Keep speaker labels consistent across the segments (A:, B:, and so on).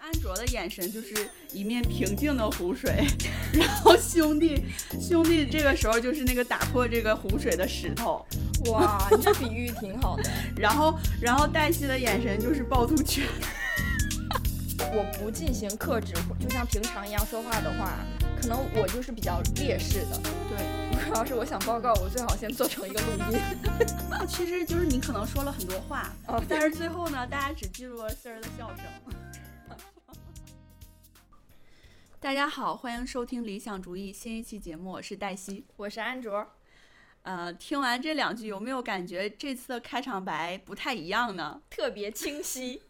A: 安卓的眼神就是一面平静的湖水，然后兄弟兄弟这个时候就是那个打破这个湖水的石头，
B: 哇，你这比喻挺好的。
A: 然后然后黛西的眼神就是趵突泉。
B: 我不进行克制，就像平常一样说话的话，可能我就是比较劣势的。
A: 对，
B: 主要是我想报告，我最好先做成一个录音。
A: 其实就是你可能说了很多话，
B: 哦，
A: 但是最后呢，大家只记住了丝儿的笑声。 大家好，欢迎收听《理想主义》新一期节目，我是黛西。
B: 我是安卓，
A: 呃，听完这两句，有没有感觉这次的开场白不太一样呢？
B: 特别清晰。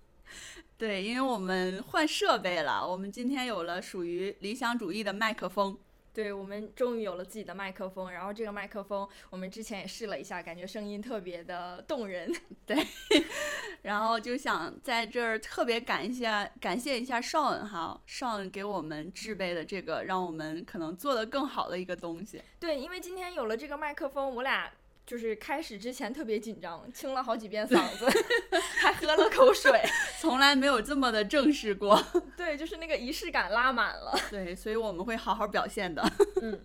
A: 对，因为我们换设备了，我们今天有了属于理想主义的麦克风。
B: 对我们终于有了自己的麦克风，然后这个麦克风我们之前也试了一下，感觉声音特别的动人。
A: 然后就想在这儿特别感谢感谢一下邵恩哈，邵恩给我们制备的这个，让我们可能做得更好的一个东西。
B: 对，因为今天有了这个麦克风，我俩就是开始之前特别紧张，清了好几遍嗓子， 还喝了口水。
A: 从来没有这么的正式过。
B: 对，就是那个仪式感拉满了。
A: 对，所以我们会好好表现的。
B: 嗯，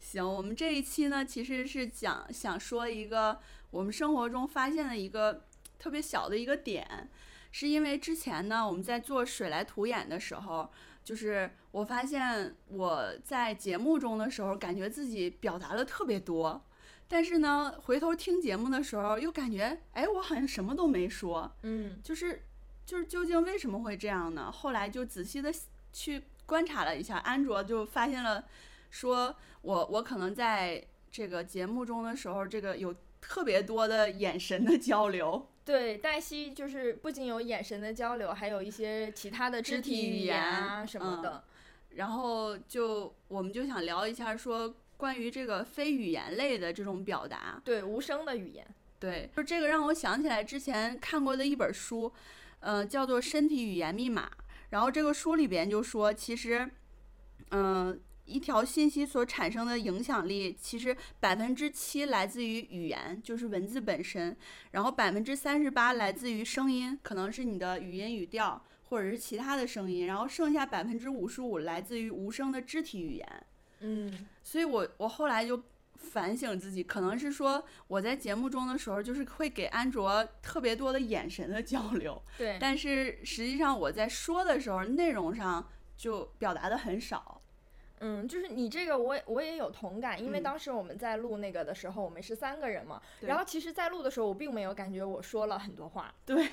A: 行，我们这一期呢，其实是讲想说一个我们生活中发现的一个特别小的一个点，是因为之前呢，我们在做水来土掩的时候，就是我发现我在节目中的时候，感觉自己表达的特别多。但是呢，回头听节目的时候，又感觉，哎，我好像什么都没说。
B: 嗯，
A: 就是就是究竟为什么会这样呢？后来就仔细的去观察了一下，安卓就发现了，说我我可能在这个节目中的时候，这个有特别多的眼神的交流，
B: 对，黛西就是不仅有眼神的交流，还有一些其他的肢
A: 肢体
B: 体
A: 语
B: 语
A: 言嗯
B: 啊什么的。
A: 然后就我们就想聊一下说关于这个非语言类的这种表达，
B: 对，无声的语言。
A: 对，就这个让我想起来之前看过的一本书，呃，叫做《身体语言密码》。然后这个书里边就说，其实，嗯、一条信息所产生的影响力，其实百分之七来自于语言，就是文字本身，然后百分之三十八来自于声音，可能是你的语音语调或者是其他的声音，然后剩下百分之五十五来自于无声的肢体语言。
B: 嗯，
A: 所以我我后来就反省自己，可能是说我在节目中的时候，就是会给安卓特别多的眼神的交流，
B: 对，
A: 但是实际上我在说的时候，内容上就表达的很少。
B: 嗯，就是你这个我也我也有同感，因为
A: 嗯
B: 当时我们在录那个的时候，我们是三个人嘛，
A: 对
B: 然后其实，在录的时候，我并没有感觉我说了很多话，
A: 对，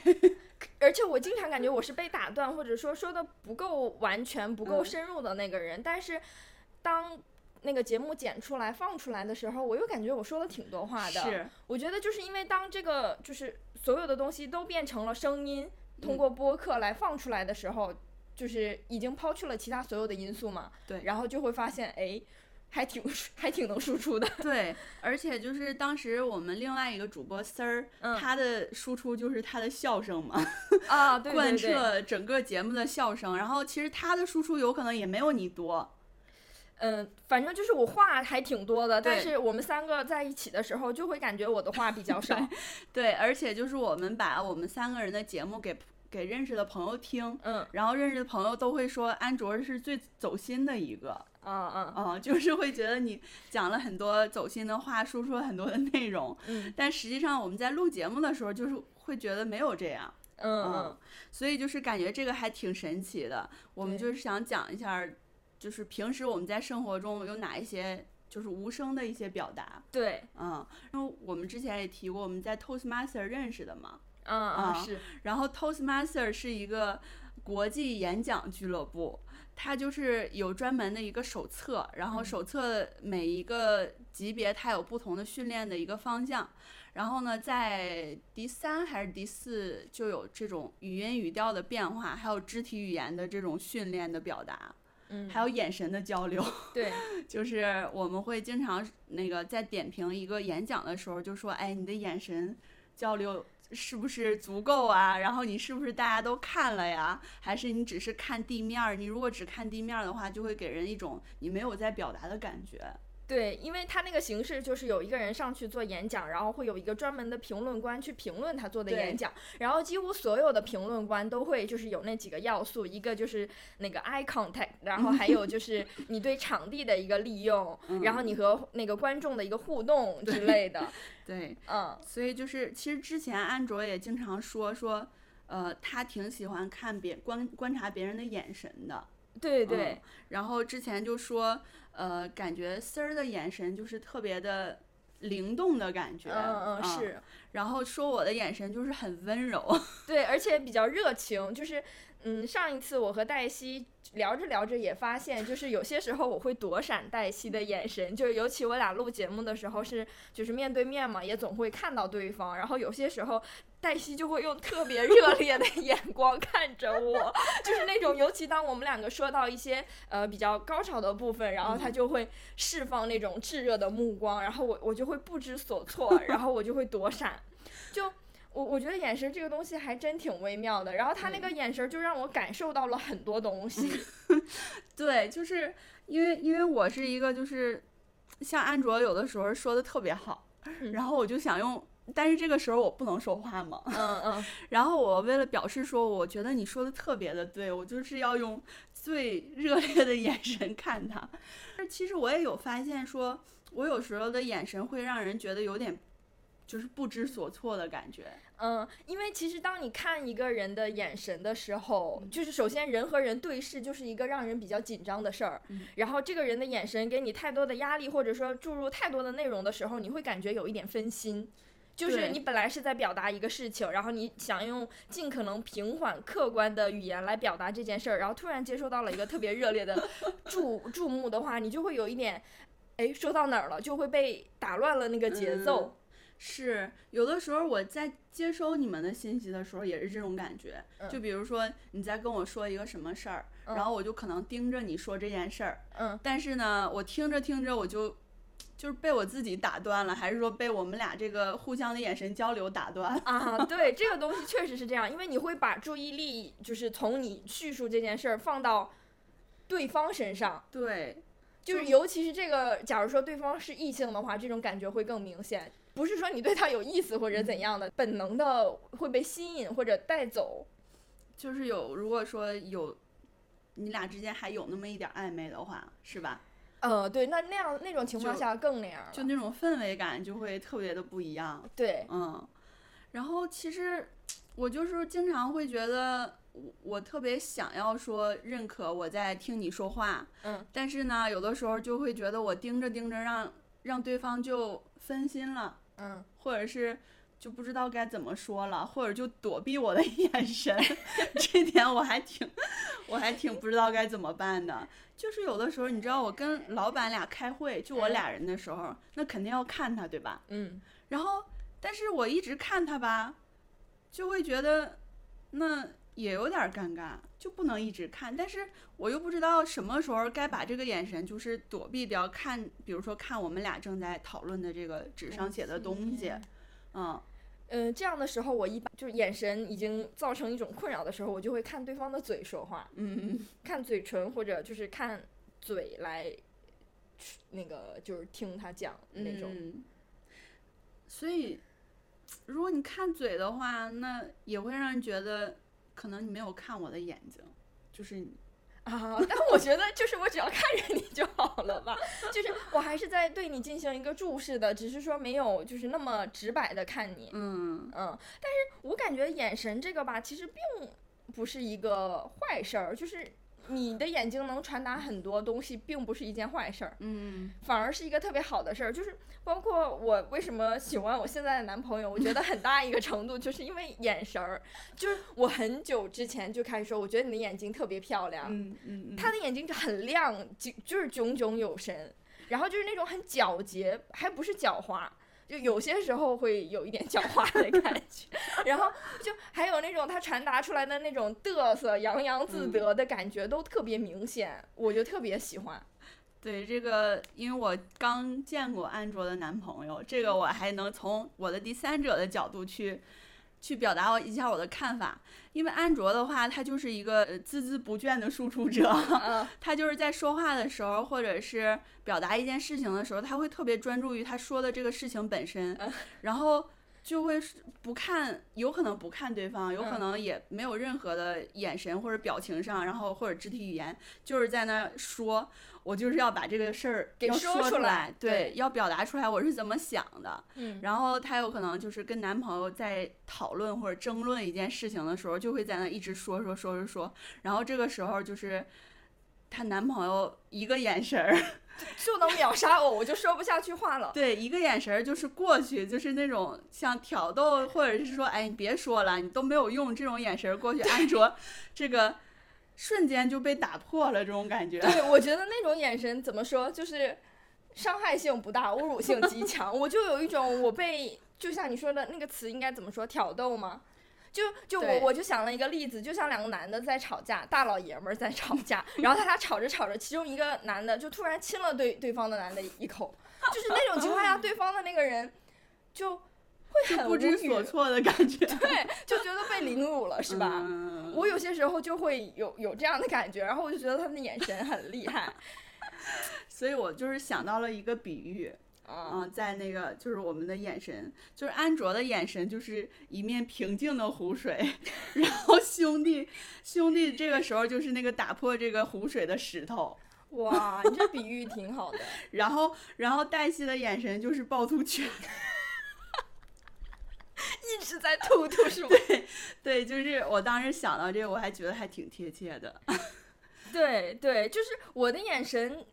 B: 而且我经常感觉我是被打断，或者说说的不够完全、不够
A: 嗯
B: 深入的那个人，但是当。那个节目剪出来放出来的时候，我又感觉我说了挺多话的。，
A: 是，
B: 我觉得就是因为当这个就是所有的东西都变成了声音，通
A: 嗯
B: 过播客来放出来的时候，就是已经抛去了其他所有的因素嘛。
A: 对
B: 然后就会发现，哎，还挺还挺能 输出的。
A: 对，而且就是当时我们另外一个主播丝儿，
B: 嗯
A: 他的输出就是他的笑声嘛，
B: 啊，对
A: 贯
B: 对对，
A: 彻整个节目的笑声。然后其实他的输出有可能也没有你多，
B: 嗯，反正就是我话还挺多的，但
A: 对
B: 是我们三个在一起的时候，就会感觉我的话比较少。
A: 对，而且就是我们把我们三个人的节目给给认识的朋友听，
B: 嗯，
A: 然后认识的朋友都会说安卓是最走心的一个，
B: 啊啊，
A: 啊、就是会觉得你讲了很多走心的话，输出了很多的内容，
B: 嗯
A: 但实际上我们在录节目的时候，就是会觉得没有这样，
B: 嗯
A: 嗯
B: 嗯，
A: 所以就是感觉这个还挺神奇的。我们
B: 对
A: 就是想讲一下，就是平时我们在生活中有哪一些就是无声的一些表达，
B: 对，
A: 嗯，因为我们之前也提过，我们在 Toastmaster 认识的嘛，
B: 嗯啊
A: 啊
B: 是，
A: 然后 Toastmaster 是一个国际演讲俱乐部，它就是有专门的一个手册，然后
B: 嗯
A: 手册每一个级别它有不同的训练的一个方向。然后呢，在第三还是第四就有这种语音语调的变化，还有肢体语言的这种训练的表达，
B: 嗯，
A: 还有眼神的交流。
B: 对，
A: 就是我们会经常那个在点评一个演讲的时候，就说：“哎，你的眼神交流是不是足够啊？然后你是不是大家都看了呀？还是你只是看地面儿？你如果只看地面儿的话，就会给人一种你没有在表达的感觉。
B: 对，因为他那个形式就是有一个人上去做演讲，然后会有一个专门的评论官去评论他做的演
A: 对
B: 讲，然后几乎所有的评论官都会就是有那几个要素，一个就是那个 eye contact，然后还有就是你对场地的一个利用，然后你和那个观众的一个互动之类的，
A: 对，
B: 嗯，
A: 所以就是其实之前安卓也经常说说，呃，他挺喜欢看别观观察别人的眼神的。
B: 对对
A: 嗯，然后之前就说，呃，感觉丝儿的眼神就是特别的灵动的感觉，啊
B: 嗯嗯是，
A: 然后说我的眼神就是很温柔，
B: 对，而且比较热情，就是嗯，上一次我和黛西聊着聊着也发现，就是有些时候我会躲闪黛西的眼神，就是尤其我俩录节目的时候是就是面对面嘛，也总会看到对方，然后有些时候。黛西就会用特别热烈的眼光看着我，就是那种，尤其当我们两个说到一些呃比较高潮的部分，然后她就会释放那种炙热的目光，然后我我就会不知所措，然后我就会躲闪，就我我觉得眼神这个东西还真挺微妙的，然后他那个眼神就让我感受到了很多东西。
A: 对，就是因为因为我是一个就是像安卓有的时候说的特别好，
B: 嗯
A: 然后我就想用，但是这个时候我不能说话嘛。
B: 嗯嗯，
A: 然后我为了表示说，我觉得你说的特别的对，我就是要用最热烈的眼神看他。但是其实我也有发现说，我有时候的眼神会让人觉得有点就是不知所措的感觉。
B: 嗯，因为其实当你看一个人的眼神的时候，
A: 嗯
B: 就是首先人和人对视就是一个让人比较紧张的事儿，
A: 嗯
B: 然后这个人的眼神给你太多的压力，或者说注入太多的内容的时候，你会感觉有一点分心。就是
A: 对
B: 你本来是在表达一个事情，然后你想用尽可能平缓、客观的语言来表达这件事儿，然后突然接收到了一个特别热 烈的注注目的话，你就会有一点，哎，说到哪儿了，就会被打乱了那个
A: 嗯
B: 节奏。
A: 是有的时候我在接收你们的信息的时候也是这种感觉，
B: 嗯
A: 就比如说你在跟我说一个什么事儿，
B: 嗯
A: 然后我就可能盯着你说这件事儿，
B: 嗯
A: 但是呢，我听着听着我就就是被我自己打断了，还是说被我们俩这个互相的眼神交流打断？
B: 啊，对，这个东西确实是这样，因为你会把注意力就是从你叙述这件事儿放到对方身上，
A: 对，嗯
B: 就是尤其是这个，假如说对方是异性的话，这种感觉会更明显。不是说你对他有意思或者怎样的，本能的会被吸引或者带走。
A: 就是有如果说有你俩之间还有那么一点暧昧的话，是吧？
B: 呃，对，那那样那种情况
A: 就
B: 下更那样了。
A: 就那种氛围感就会特别的不一样。
B: 对，
A: 嗯，然后其实我就是经常会觉得我我特别想要说认可我在听你说话，
B: 嗯，
A: 但是呢，有的时候就会觉得我盯着盯着让让对方就分心了，
B: 嗯，
A: 或者是。就不知道该怎么说了，或者就躲避我的 眼神，这点我还挺，我还挺不知道该怎么办的。就是有的时候，你知道我跟老板俩开会，就我
B: 嗯
A: 俩人的时候，那肯定要看他，对吧？
B: 嗯，
A: 然后，但是我一直看他吧，就会觉得那也有点儿尴尬，就不能一直看。但是我又不知道什么时候该把这个眼神就是躲避掉，看，比如说看我们俩正在讨论的这个纸上写的东西，嗯，
B: 嗯、这样的时候，我一般就是眼神已经造成一种困扰的时候，我就会看对方的嘴说话。
A: 嗯，
B: 看嘴唇或者就是看嘴来，那个就是听他讲那种。
A: 嗯所以，如果你看嘴的话，那也会让人觉得可能你没有看我的眼睛，就是你
B: 啊，但我觉得就是我只要看着你就好了吧，就是我还是在对你进行一个注视的，只是说没有就是那么直白的看你。
A: 嗯，
B: 嗯，但是我感觉眼神这个吧，其实并不是一个坏事儿，就是。你的眼睛能传达很多东西，并不是一件坏事儿。
A: 嗯，
B: 反而是一个特别好的事儿，就是包括我为什么喜欢我现在的男朋友，我觉得很大一个程度就是因为眼神儿，就是我很久之前就开始说，我觉得你的眼睛特别漂亮，
A: 嗯嗯嗯，
B: 他的眼睛就很亮，就就是炯炯有神，然后就是那种很皎洁，还不是狡猾。就有些时候会有一点狡猾的感觉，然后就还有那种他传达出来的那种嘚瑟、洋洋自得的感觉都特别明显，我就特别喜欢。
A: 对这个，因为我刚见过安卓的男朋友，这个我还能从我的第三者的角度去去表达我一下我的看法。因为安卓的话，它就是一个呃孜孜不倦的输出者，
B: 嗯
A: 他就是在说话的时候，或者是表达一件事情的时候，他会特别专注于他说的这个事情本身，
B: 嗯
A: 然后就会是不看，有可能不看对方，有可
B: 嗯
A: 能也没有任何的眼神或者表情上，然后或者肢体语言，就是在那说，我就是要把这个事儿
B: 给
A: 要
B: 说
A: 说
B: 出来
A: 来，对，要表达出来我是怎么想的。
B: 嗯
A: 然后她有可能就是跟男朋友在讨论或者争论一件事情的时候，就会在那一直说说说说说，然后这个时候就是她男朋友一个眼神儿，
B: 就能秒杀我，我就说不下去话了。
A: 对，一个眼神儿就是过去，就是那种像挑逗或者是说，哎，你别说了，你都没有用这种眼神儿过去，安卓这个瞬间就被打破了这种感 觉。
B: 对，我觉得那种眼神怎么说，就是伤害性不大，侮辱性极强。我就有一种我被，就像你说的那个词应该怎么说，挑逗吗？就就我
A: 对
B: 我就想了一个例子，就像两个男的在吵架，大老爷们儿在吵架， 然后他俩吵着吵着，其中一个男的就突然亲了对对方的男的一口，就是那种情 况下，对方的那个人就会很
A: 不知
B: 无语
A: 所措的感觉，
B: 对，就觉得被凌辱了， 是吧？
A: 嗯
B: 我有些时候就会有有这样的感觉，然后我就觉得他们的眼神很 厉害
A: 所以我就是想到了一个比喻，
B: 啊，
A: 嗯，在那个就是我们的眼神，就是安卓的眼神，就是一面平静的湖水， 然后兄弟兄弟这个时候就是那个打破这个湖水的石头，
B: 哇，你这比喻挺好的，
A: 然后然后黛西的眼神就是趵突泉，
B: 一直在吐吐 是吗？
A: 对，就是我当时想到这个，我还觉得还挺贴切的，
B: 对对，就是我的眼神。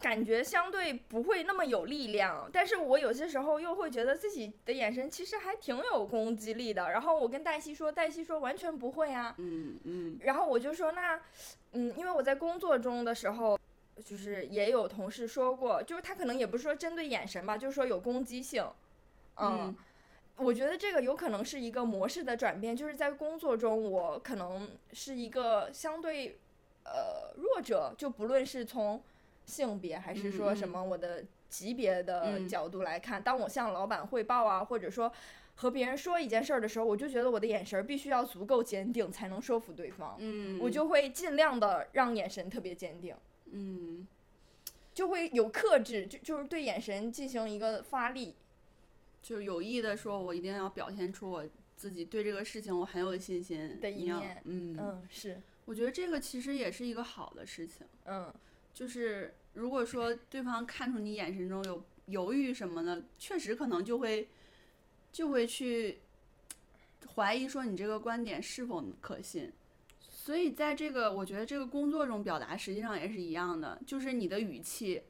B: 感觉相对不会那么有力量，但是我有些时候又会觉得自己的眼神其实还挺有攻击力的。然后我跟黛西说，黛西说完全不会啊，
A: 嗯嗯
B: 然后我就说那，嗯，因为我在工作中的时候，就是也有同事说过，就是他可能也不是说针对眼神吧，就是说有攻击性，嗯。我觉得这个有可能是一个模式的转变，就是在工作中，我可能是一个相对呃弱者，就不论是从性别还是说什
A: 嗯嗯
B: 么我的级别的
A: 嗯
B: 角度来看，当我向老板汇报啊，或者说和别人说一件事儿的时候，我就觉得我的眼神儿必须要足够坚定，才能说服对方。
A: 嗯，
B: 我就会尽量的让眼神特别坚定，
A: 嗯
B: 就会有克制，就就是对眼神进行一个发力。
A: 就有意的说，我一定要表现出我自己对这个事情我很有信心
B: 的一
A: 样
B: 面
A: 嗯，
B: 嗯，是，
A: 我觉得这个其实也是一个好的事情。
B: 嗯，
A: 就是如果说对方看出你眼神中有犹豫什么的，确实可能就会就会去怀疑说你这个观点是否可信。所以在这个，我觉得这个工作中表达实际上也是一样的，就是你的语气，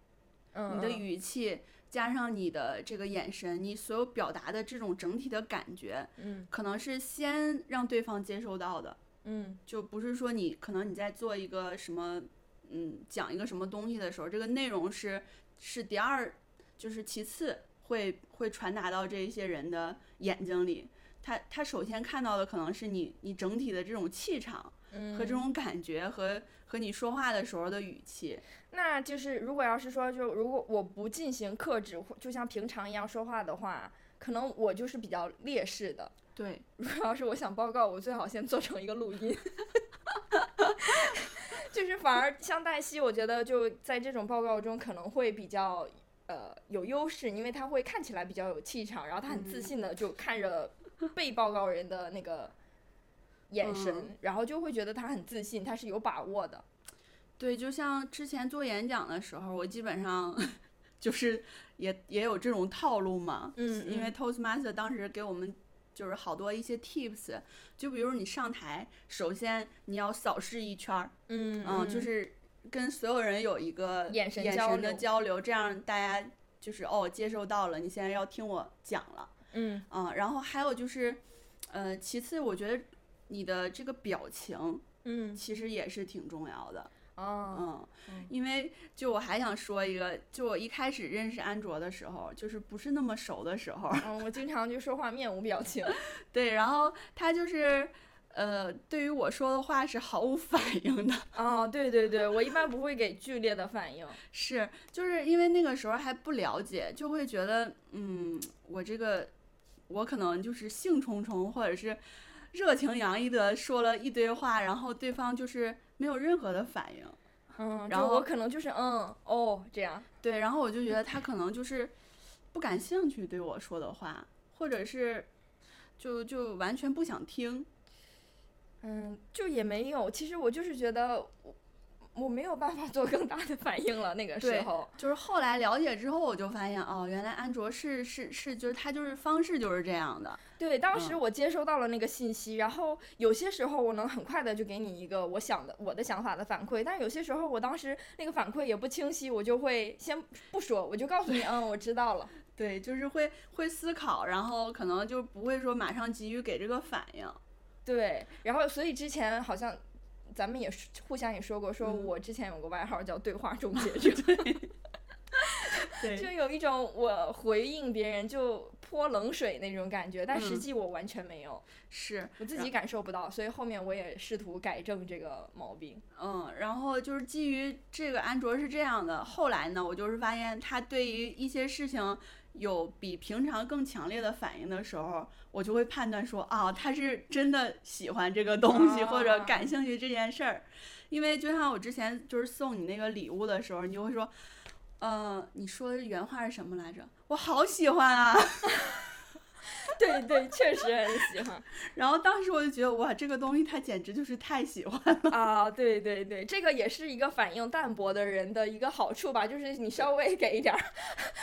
B: 嗯，
A: 你的
B: 嗯
A: 语气加上你的这个眼神，你所有表达的这种整体的感觉，
B: 嗯
A: 可能是先让对方接收到的。
B: 嗯
A: 就不是说你可能你在做一个什么，嗯，讲一个什么东西的时候，这个内容是是第二，就是其次会会传达到这一些人的眼睛里。他他首先看到的可能是你你整体的这种气场
B: 嗯，
A: 和这种感觉和和你说话的时候的语气，
B: 那就是如果要是说，就如果我不进行克制，或就像平常一样说话的话，可能我就是比较劣势的。
A: 对，
B: 如果要是我想报告，我最好先做成一个录音。 就是反而像黛西，我觉得就在这种报告中可能会比较呃有优势，因为他会看起来比较有气场，然后他很
A: 嗯
B: 自信的就看着被报告人的那个眼神，
A: 嗯
B: 然后就会觉得他很自信，他是有把握的。
A: 对，就像之前做演讲的时候，我基本上 就是也也有这种套路嘛。
B: 嗯
A: 因为
B: 嗯
A: Toastmaster 当时给我们就是好多一些 tips，就比如你上台，首先你要扫视一圈儿，
B: 嗯
A: 就是跟所有人有一个
B: 眼神
A: 眼
B: 交
A: 神
B: 流
A: 的交流，这样大家就是哦接受到了，你现在要听我讲了。
B: 嗯
A: 嗯，然后还有就是，呃，其次我觉得你的这个表情
B: 嗯
A: 其实也是挺重要的。
B: 哦
A: 嗯
B: 嗯，
A: 因为就我还想说一个，就我一开始认识安卓的时候，就是不是那么熟的时候，
B: 嗯，我经常就说话面无表情，
A: 对，然后他就是。呃，对于我说的话是毫无反应的，
B: 哦，对对对，我一般不会给剧烈的反应。
A: 是，就是因为那个时候还不了解，就会觉得，嗯，我这个我可能就是兴冲冲或者是热情洋溢的说了一堆话，然后对方就是没有任何的反应。
B: 嗯，
A: 然
B: 就我
A: 后
B: 可能就是嗯哦这样，
A: 对，然后我就觉得他可能就是不感兴趣对我说的话，或者是就就完全不想听。
B: 嗯，就也没有。其实我就是觉得我我没有办法做更大的反应了，那个时
A: 对
B: 候。
A: 就是后来了解之后，我就发现哦，原来安卓是是是，就是它就是方式就是这样的。
B: 对，当
A: 嗯
B: 时我接收到了那个信息，然后有些时候我能很快的就给你一个我想的我的想法的反馈，但有些时候我当时那个反馈也不清晰，我就会先不说，我就告诉你，嗯，我知道了。
A: 对，就是会会思考，然后可能就不会说马上急于给这个反应。
B: 对，然后所以之前好像咱们也是互相也说过，说
A: 嗯
B: 我之前有个外号叫对话终结者，就
A: 对，
B: 有一种我回应别人就泼冷水那种感觉，但实
A: 嗯
B: 际我完全没有。
A: 是，
B: 我自己感受不到，所以后面我也试图改正这个毛病。
A: 嗯，然后就是基于这个安卓是这样的，后来呢，我就是发现他对于一些事情有比平常更强烈的反应的时候，我就会判断说，啊，他是真的喜欢这个东西或者
B: 啊
A: 感兴趣这件事儿，因为就像我之前就是送你那个礼物的时候，你就会说，呃，你说的原话是什么来着？我好喜欢啊！
B: 对对，确实很喜欢
A: 然后当时我就觉得，哇，这个东西他简直就是太喜欢了。
B: 啊！对对对，这个也是一个反应淡薄的人的一个好处吧，就是你稍微给一点儿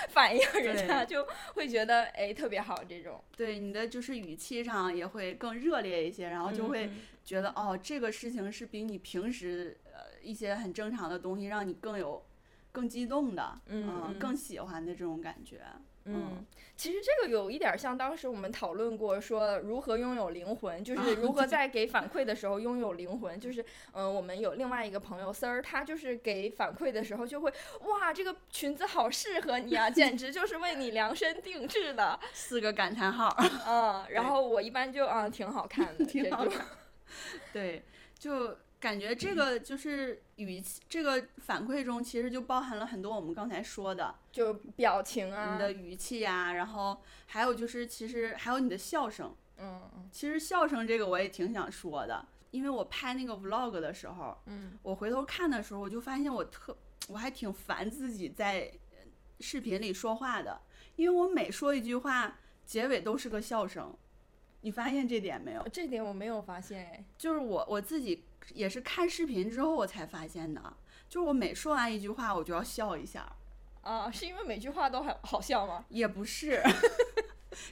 B: 反应，人家就会觉得哎特别好这种，
A: 对你的就是语气上也会更热烈一些，然后就会
B: 嗯
A: 觉得、哦，这个事情是比你平时呃一些很正常的东西让你更有更激动的，呃
B: 嗯嗯
A: 更喜欢的这种感觉。
B: 嗯，其实这个有一点儿像当时我们讨论过，说如何拥有灵魂，就
A: 啊
B: 是如何在给反馈的时候拥有灵魂。就是，嗯、我们有另外一个朋友丝儿，他就是给反馈的时候就会，哇，这个裙子好适合你啊，简直就是为你量身定制的。
A: 四个感叹号，
B: 嗯，然后我一般就啊、 挺好看的，
A: 挺
B: 这
A: 好
B: 种
A: 对，就感觉这个就是语气，这个反馈中其实就包含了很多我们刚才说的，
B: 就表情啊
A: 你，的语气呀、然后还有就是其实还有你的笑声。
B: 嗯嗯
A: 其实笑声这个我也挺想说的，因为我拍那个 vlog 的时候，
B: 嗯
A: 我回头看的时候，我就发现我特我还挺烦自己在呃视频里说话的，因为我每说一句话，结尾都是个笑声。你发现这点没有？
B: 嗯这点我没有发现哎。
A: 就是我我自己也是看视频之后我才发现的，就是我每说完一句话，我就要笑一下，
B: 啊，是因为每句话都好好笑吗？
A: 也不是，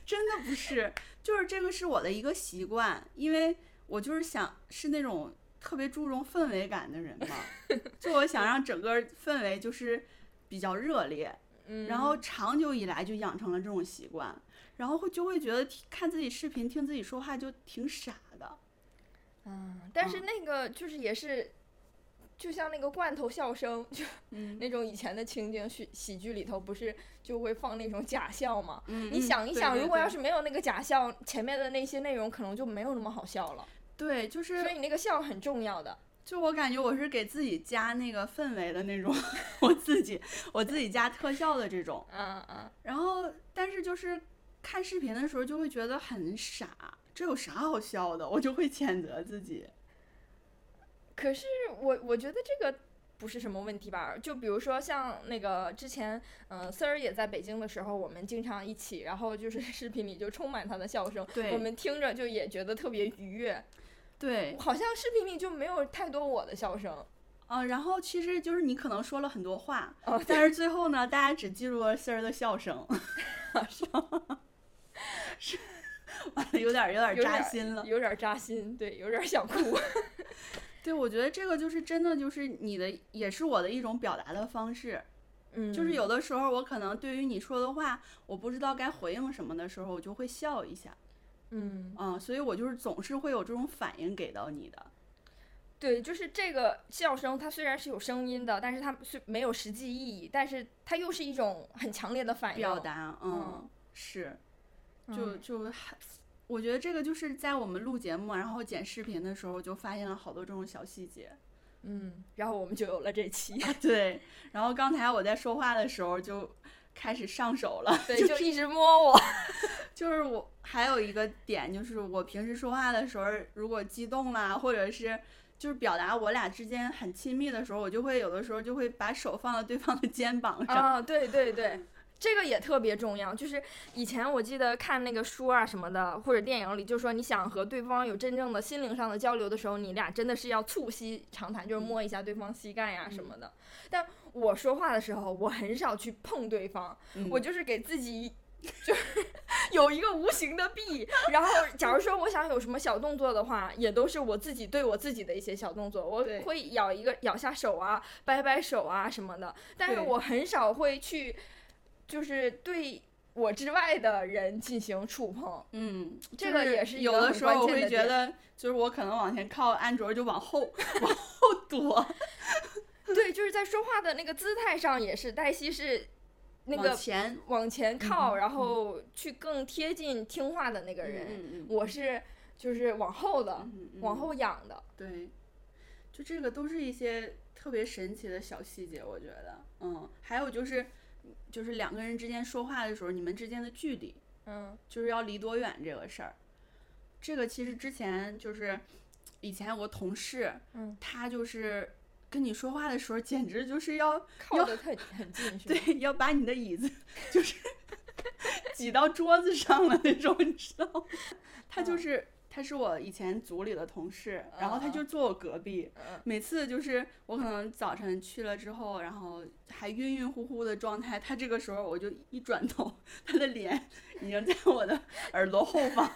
A: 真的不是，就是这个是我的一个习惯，因为我就是想是那种特别注重氛围感的人嘛， 就我想让整个氛围就是比较热烈，
B: 嗯，
A: 然后长久以来就养成了这种习惯，然后会就会觉得听看自己视频、听自己说话就挺傻的，
B: 嗯，但是
A: 嗯
B: 那个就是也是，就像那个罐头笑声，就
A: 嗯
B: 那种以前的情景喜喜剧里头，不是就会放那种假笑吗？
A: 嗯
B: 你想一想，如果要
A: 是
B: 是没有那个假笑，前面的那些内容可能就没有那么好笑了。
A: 对，就
B: 所
A: 是
B: 以那个笑很重要的。
A: 就我感觉我是给自己加那个氛围的那种， 我自己我自己加特效的这种。
B: 嗯嗯，
A: 然后，但是就是看视频的时候就会觉得很傻，这有啥好笑的？我 就会谴责自己。
B: 可是我我觉得这个。不是什么问题吧？就比如说像那个之前，嗯、呃，丝儿也在北京的时候，我们经常一起，然后就是 视频里就充满他的笑声，
A: 对
B: 我们听着就也觉得特别愉悦。
A: 对，
B: 好像视频里就没有太多我的笑声。
A: 啊、然后其实就是你可能说了很多话，
B: 哦，
A: 但是最后呢，大家只记住了丝儿的笑 声， 是完了，有点儿有点儿
B: 有
A: 扎
B: 点儿
A: 心了。
B: 有点扎心，对，有点想哭。
A: 对，我觉得这个就是真的，就是你的，也是我的一种表达的方式。
B: 嗯
A: 就是有的时候，我可能对于你说的话，我不知道该回应什么的时候，我就会笑一下。
B: 嗯，
A: 嗯，所以我就是总是会有这种反应给到你的。
B: 对，就是这个笑声，它虽然是有声音的，但是它是没有实际意义，但是它又是一种很强烈的反应。
A: 表达，嗯，
B: 嗯
A: 是，
B: 嗯
A: 就就还，我觉得这个就是在我们录节目，啊然后剪视频的时候，就发现了好多这种小细节。
B: 嗯，然后我们就有了这期。
A: 对，然后刚才我在说话的时候就。开始上手了。
B: 对，就一直摸我。
A: 就是我还有一个点，就是我平时说话的时候，如果激动啦，或者是就是表达我俩之间很亲密的时候，我就会有的时候就会把手放到对方的肩膀上。
B: 啊，对对对，这个也特别重要。就是以前我记得看那个书啊什么的，或者电影里，就说你想和对方有真正的心灵上的交流的时候，你俩真的是要促膝长谈，就是摸一下对方膝盖呀、什么的。但我说话的时候，我很少去碰对方，
A: 嗯
B: 我就是给自己。就是 有一个无形的壁，然后假如说我想有什么小动作的话，也都是我自己对我自己的一些小动作，我
A: 对
B: 会咬一个咬下手啊，掰掰手啊什么的，但是
A: 对
B: 我很少会去，就是对我之外的人进行触碰。
A: 嗯，
B: 这
A: 就
B: 个
A: 是
B: 也是一
A: 有
B: 个
A: 的
B: 很
A: 时候
B: 关
A: 我
B: 键
A: 会
B: 的
A: 觉
B: 点
A: 得，就是我可能往前靠，安卓就往后 往后躲，
B: 对，就是在说话的那个姿态上也是，黛西是那
A: 往
B: 个
A: 前
B: 往前靠，
A: 嗯
B: 然后去更贴近听话的那个人。
A: 嗯嗯
B: 我是就是往后的，
A: 嗯嗯
B: 往后仰的。
A: 对，就这个都是一些特别神奇的小细节，我觉得，嗯，还有就是就是两个人之间说话的时候，你们之间的距离，
B: 嗯
A: 就是要离多远这个事儿，这个其实之前就是以前有个同事，
B: 嗯，
A: 他就是跟你说话的时候，简直就是要
B: 靠得很很近是吧？
A: 对，要把你的椅子就是 挤到桌子上了那种，你知道吗？他就
B: 嗯
A: 是，他是我以前组里的同事，然后他
B: 嗯嗯
A: 就坐我隔壁。
B: 嗯
A: 每次就是我可能早晨去了之后，然后还晕晕乎乎的状态，他这个时候我就一转头，他的脸已经在我的耳朵后方，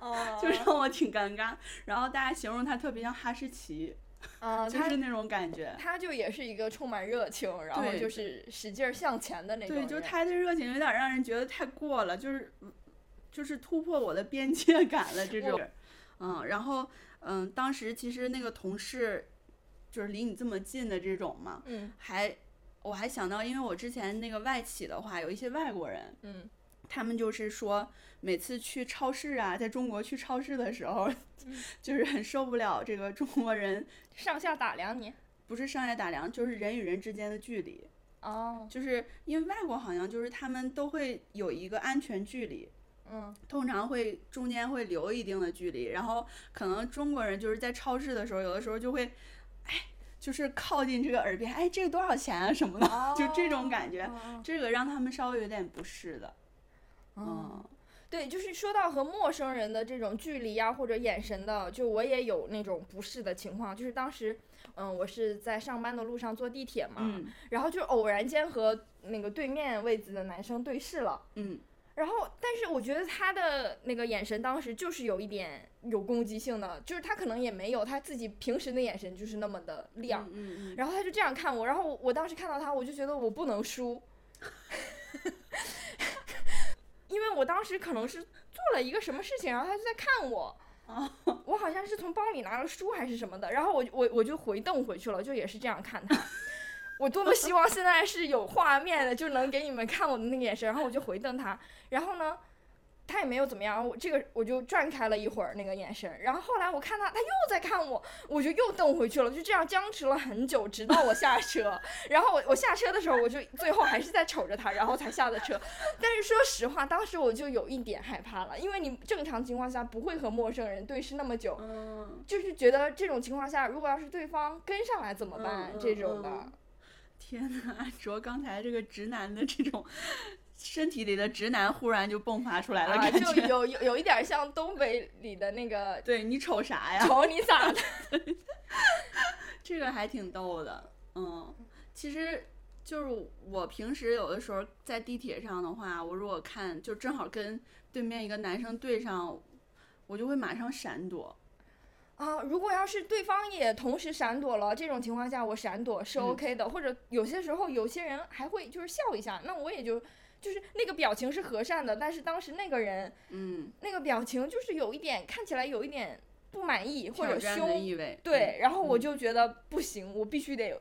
B: 哦，
A: 就让我挺尴尬。然后大家形容他特别像哈士奇，
B: 啊，
A: 就
B: 他
A: 哦是那种感觉。
B: 他就也是一个充满热情，然后
A: 对
B: 就是使劲儿向前的那种
A: 对，
B: 人。
A: 就是他的热情有点让人觉得太过了，就是就是突破我的边界感了这种。嗯，然后嗯，当时其实那个同事就是离你这么近的这种嘛，
B: 嗯
A: 还我还想到，因为我之前那个外企的话，有一些外国人，
B: 嗯。
A: 他们就是说每次去超市啊，在中国去超市的时候，
B: 嗯
A: 就是很受不了这个中国人
B: 上下打量你。
A: 不是上下打量，就是人与人之间的距离。
B: 哦，
A: 就是因为外国好像就是他们都会有一个安全距离，
B: 嗯，
A: 通常会中间会留一定的距离，然后可能中国人就是在超市的时候，有的时候就会，哎，就是靠近这个耳边，哎，这个多少钱啊什么的，就这种感觉
B: 哦
A: 这个让他们稍微有点不适的，
B: 嗯，
A: 嗯
B: 对，就是说到和陌生人的这种距离啊，或者眼神的，就我也有那种不适的情况。就是当时，嗯，我是在上班的路上坐地铁嘛，
A: 嗯
B: 然后就偶然间和那个对面位置的男生对视了。
A: 嗯
B: 然后，但是我觉得他的那个眼神当时就是有一点有攻击性的，就是他可能也没有他自己平时的眼神就是那么的亮，
A: 嗯嗯嗯，
B: 然后他就这样看我，然后我我当时看到他，我就觉得我不能输， 因为我当时可能是做了一个什么事情，然后他就在看我，我好像是从包里拿了书还是什么的，然后我我我就回瞪回去了，就也是这样看他。 我多么希望现在是有画面的，就能给你们看我的那个眼神，然后我就回瞪他，然后呢，他也没有怎么样，我这个我就转开了一会儿那个眼神，然后后来我看他，他又在看我，我就又瞪回去了，就这样僵持了很久，直到我下 车。然后我我下车的时候，我就最后还是在瞅着他，然后才下的车。但是说实话，当时我就有一点害怕了，因为你正常情况下不会和陌生人对视那么久，
A: 嗯
B: 就是觉得这种情况下，如果要是对方跟上来怎么
A: 嗯
B: 办、
A: 嗯
B: 这种的。
A: 嗯天哪，安 卓刚才这个直男的这种身体里的直男忽然就迸发出来了，
B: 啊，
A: 嗯 感
B: 就
A: 觉。
B: 有有有一点像东北里的 那个
A: 对你瞅啥呀？
B: 瞅你咋的，
A: 这个还挺逗的，嗯，其实就是我平时有的时候在地铁上的话，我如果看就正好跟对面一个男生对上，我就会马上闪躲，
B: 啊，如果要是对方也同时闪躲了，这种情况下我闪躲是
A: 嗯
B: OK 的，或者有些时候有些人还会就是笑一下，那我也就就是那个表情是和善的，但是当时那个人
A: 嗯，
B: 那个表情就是有一点看起来有一点不满意或
A: 挑
B: 者
A: 战的
B: 凶，
A: 意味，
B: 对，然后我
A: 嗯
B: 就觉得不行，我必须得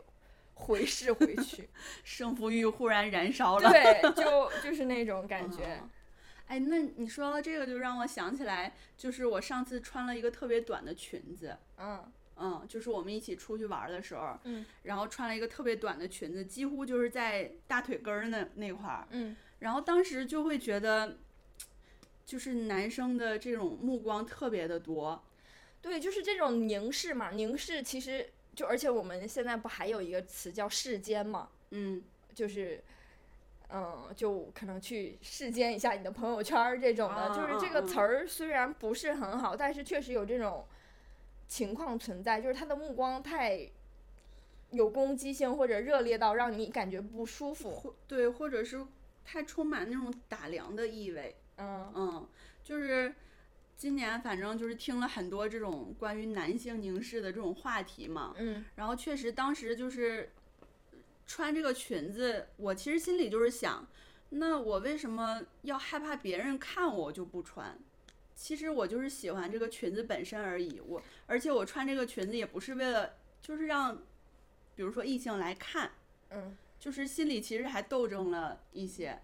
B: 回视回去，
A: 嗯，胜负欲忽然燃烧了，
B: 对，就就是那种感觉
A: 嗯。哎，那你说到这个，就让我想起来，就是我上次穿了一个特别短的裙子，
B: 嗯
A: 嗯，就是我们一起出去玩的时候，
B: 嗯，
A: 然后穿了一个特别短的裙子，几乎就是在大腿根儿那那块儿，
B: 嗯，
A: 然后当时就会觉得，就是男生的这种目光特别的多，
B: 对，就是这种凝视嘛，凝视其实就，而且我们现在不还有一个词叫世间嘛，
A: 嗯，
B: 就是。嗯，就可能去世间一下你的朋友圈儿这种的，就是
A: 啊
B: 这
A: 啊
B: 个
A: 啊
B: 词儿虽然不是很好，但是确实有这种情况存在，就是他的目光太有攻击性或者热烈到让你感觉不舒服。
A: 或对，或者是太充满那种打量的意味，
B: 嗯，
A: 嗯，就是今年反正就是听了很多这种关于男性凝视的这种话题嘛，
B: 嗯
A: 然后确实当时就是穿这个裙子，我其实心里就是想，那我为什么要害怕别人看我就不穿？其实我就是喜欢这个裙子本身而已，我而且我穿这个裙子也不是为了，就是让，比如说异性来看，
B: 嗯，
A: 就是心里其实还斗争了一些，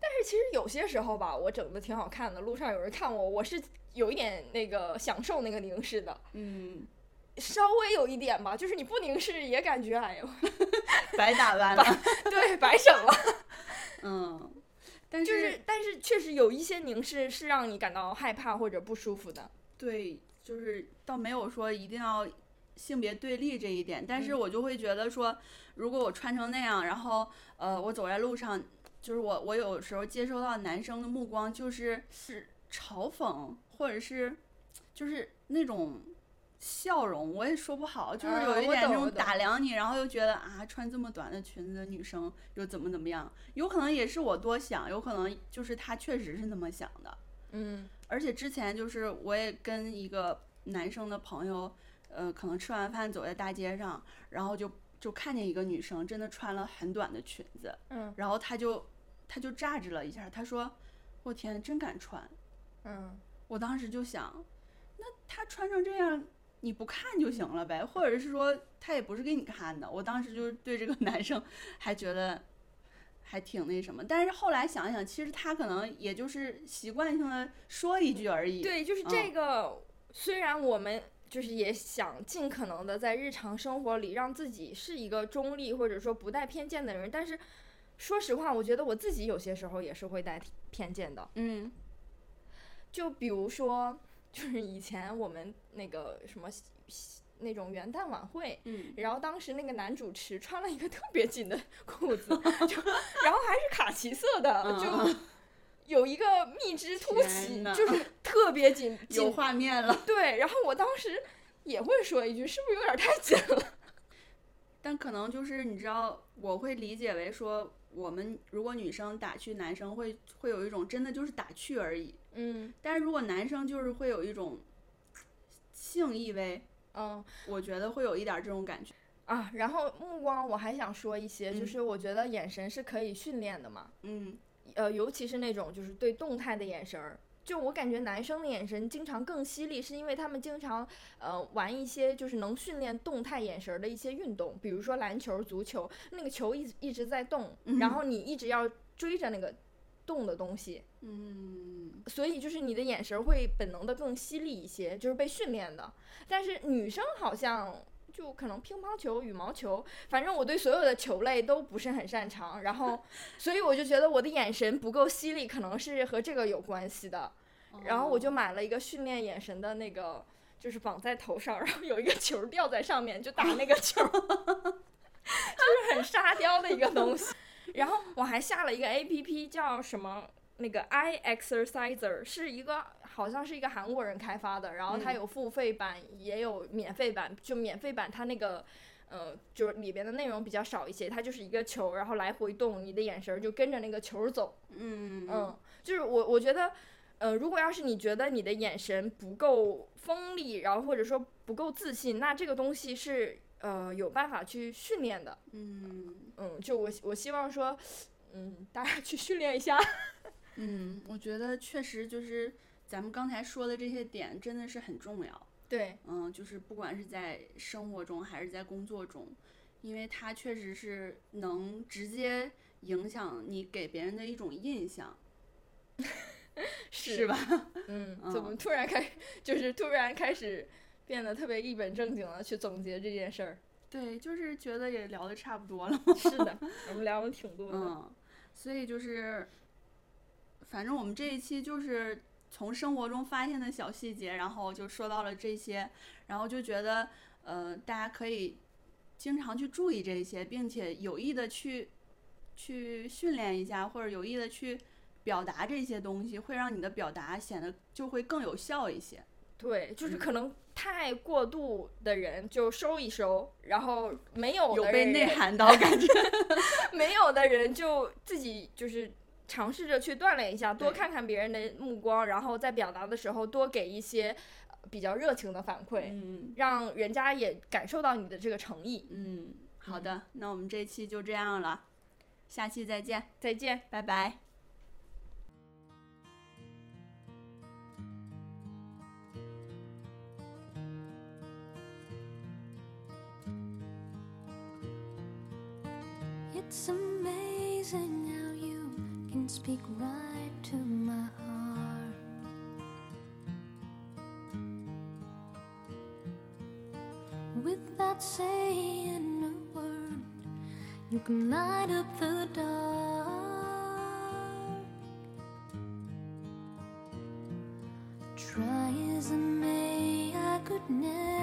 B: 但是其实有些时候吧，我整的挺好看的，路上有人看我，我是有一点那个享受那个凝视的，
A: 嗯，
B: 稍微有一点吧，就是你不凝视也感觉哎呦，
A: 白打扮了，
B: 对，白整了。
A: 嗯，但
B: 就是是，但是确实有一些凝视是让你感到害怕或者不舒服的。
A: 对，就是倒没有说一定要性别对立这一点，但是
B: 嗯
A: 我就会觉得说，如果我穿成那样，然后呃，我走在路上，就是我我有时候接收到男生的目光，就是是嘲讽，或者是就是那种。笑容我也说不好，就是
B: 啊
A: 有一
B: 我
A: 点那
B: 懂
A: 种
B: 我懂
A: 打量你，然后又觉得啊，穿这么短的裙子的女生又怎么怎么样，有可能也是我多想，有可能就是他确实是那么想的。
B: 嗯
A: 而且之前就是我也跟一个男生的朋友，呃，可能吃完饭走在大街上，然后就就看见一个女生真的穿了很短的裙子，
B: 嗯
A: 然后他就他就炸着了一下，他说：“我天，真敢穿！”
B: 嗯，
A: 我当时就想，那他穿成这样。你不看就行了呗，或者是说他也不是给你看的。我当时就是对这个男生还觉得还挺那什么，但是后来想一想，其实他可能也就是习惯性的说一句而已。
B: 对，就是这个。虽然我们就是也想尽可能的在日常生活里让自己是一个中立或者说不带偏见的人，但是说实话，我觉得我自己有些时候也是会带偏见的。
A: 嗯
B: 就比如说，就是以前我们那个什么那种元旦晚会，
A: 嗯
B: 然后当时那个男主持穿了一个特别紧的裤子，就然后还是卡其色的，就
A: 嗯
B: 有一个蜜汁凸
A: 天
B: 起，
A: 呐
B: 就是特别紧，
A: 有
B: 紧
A: 画面了，
B: 对。然后我当时也会说一句，是不是有点太紧了？
A: 但可能就是你知道，我会理解为说，我们如果女生打趣男生会会有一种真的就是打趣而已，
B: 嗯
A: 但是如果男生就是会有一种性意味，
B: 嗯
A: 我觉得会有一点这种感觉。
B: 啊，然后目光我还想说一些，就
A: 嗯
B: 是我觉得眼神是可以训练的嘛。
A: 嗯
B: 呃，尤其是那种就是对动态的眼神儿，就我感觉男生的眼神经常更犀利，是因为他们经常呃玩一些就是能训练动态眼神儿的一些运动，比如说篮球、足球，那个球一直一直在动，
A: 嗯
B: 然后你一直要追着那个动的东西，
A: 嗯，
B: 所以就是你的眼神儿会本能的更犀利一些，就是被训练的。但是女生好像。就可能乒乓球、羽毛球，反正我对所有的球类都不是很擅长，然后，所以我就觉得我的眼神不够犀利，可能是和这个有关系的。然后我
A: 哦
B: 就买了一个训练眼神的那个，就是绑在头上，然后有一个球儿吊在上面，就打那个球儿， 就是很沙雕的一个东西。 然后我还下了一个 A P P，叫什么？那个 i exerciser 是一个好像是一个韩国人开发的，然后它
A: 嗯
B: 有付费版，也有免费版。就免费版它那个，呃，就是里边的内容比较少一些，它就是一个球，然后来回动，你的眼神儿就跟着那个球儿走。
A: 嗯
B: 嗯，就是我我觉得，呃，如果要是你觉得你的眼神不够锋利，然后或者说不够自信，那这个东西是呃有办法去训练的。
A: 嗯
B: 嗯，就我我希望说，嗯，大家去训练一 下。
A: 嗯，我觉得确实就是咱们刚才说的这些点真的是很重要。
B: 对，
A: 嗯，就是不管是在生活中还是在工作中，因为它确实是能直接影响你给别人的一种印象，
B: 是
A: 是吧？
B: 嗯
A: 嗯，
B: 怎么突然开，就是突然开始变得特别一本正经的去总结这件事 儿。
A: 对，就是觉得也聊得差不多了。
B: 是的，我们聊了挺多的。
A: 嗯，所以就是，反正我们这一期就是从生活中发现的小细节，然后就说到了这些，然后就觉得，呃，大家可以经常去注意这些，并且有意的去去训练一下，或者有意的去表达这些东西，会让你的表达显得就会更有效一些。
B: 对，就是
A: 嗯
B: 可能太过度的人就收一收，然后没有
A: 有
B: 的
A: 被
B: 人
A: 内涵到感 觉。
B: 没有的人就自己就是尝试着去锻炼一下，多
A: 对
B: 看看别人的目光，然后在表达的时候多给一些呃比较热情的反馈，
A: 嗯
B: 让人家也感受到你的这个诚意。
A: 嗯，好的，那我们这期就这样了，下期再见，
B: 再见。
A: 拜拜。
C: It's amazing how you can speak right to my heart. Without saying a word, you can light up the dark. Try as I may, I could never.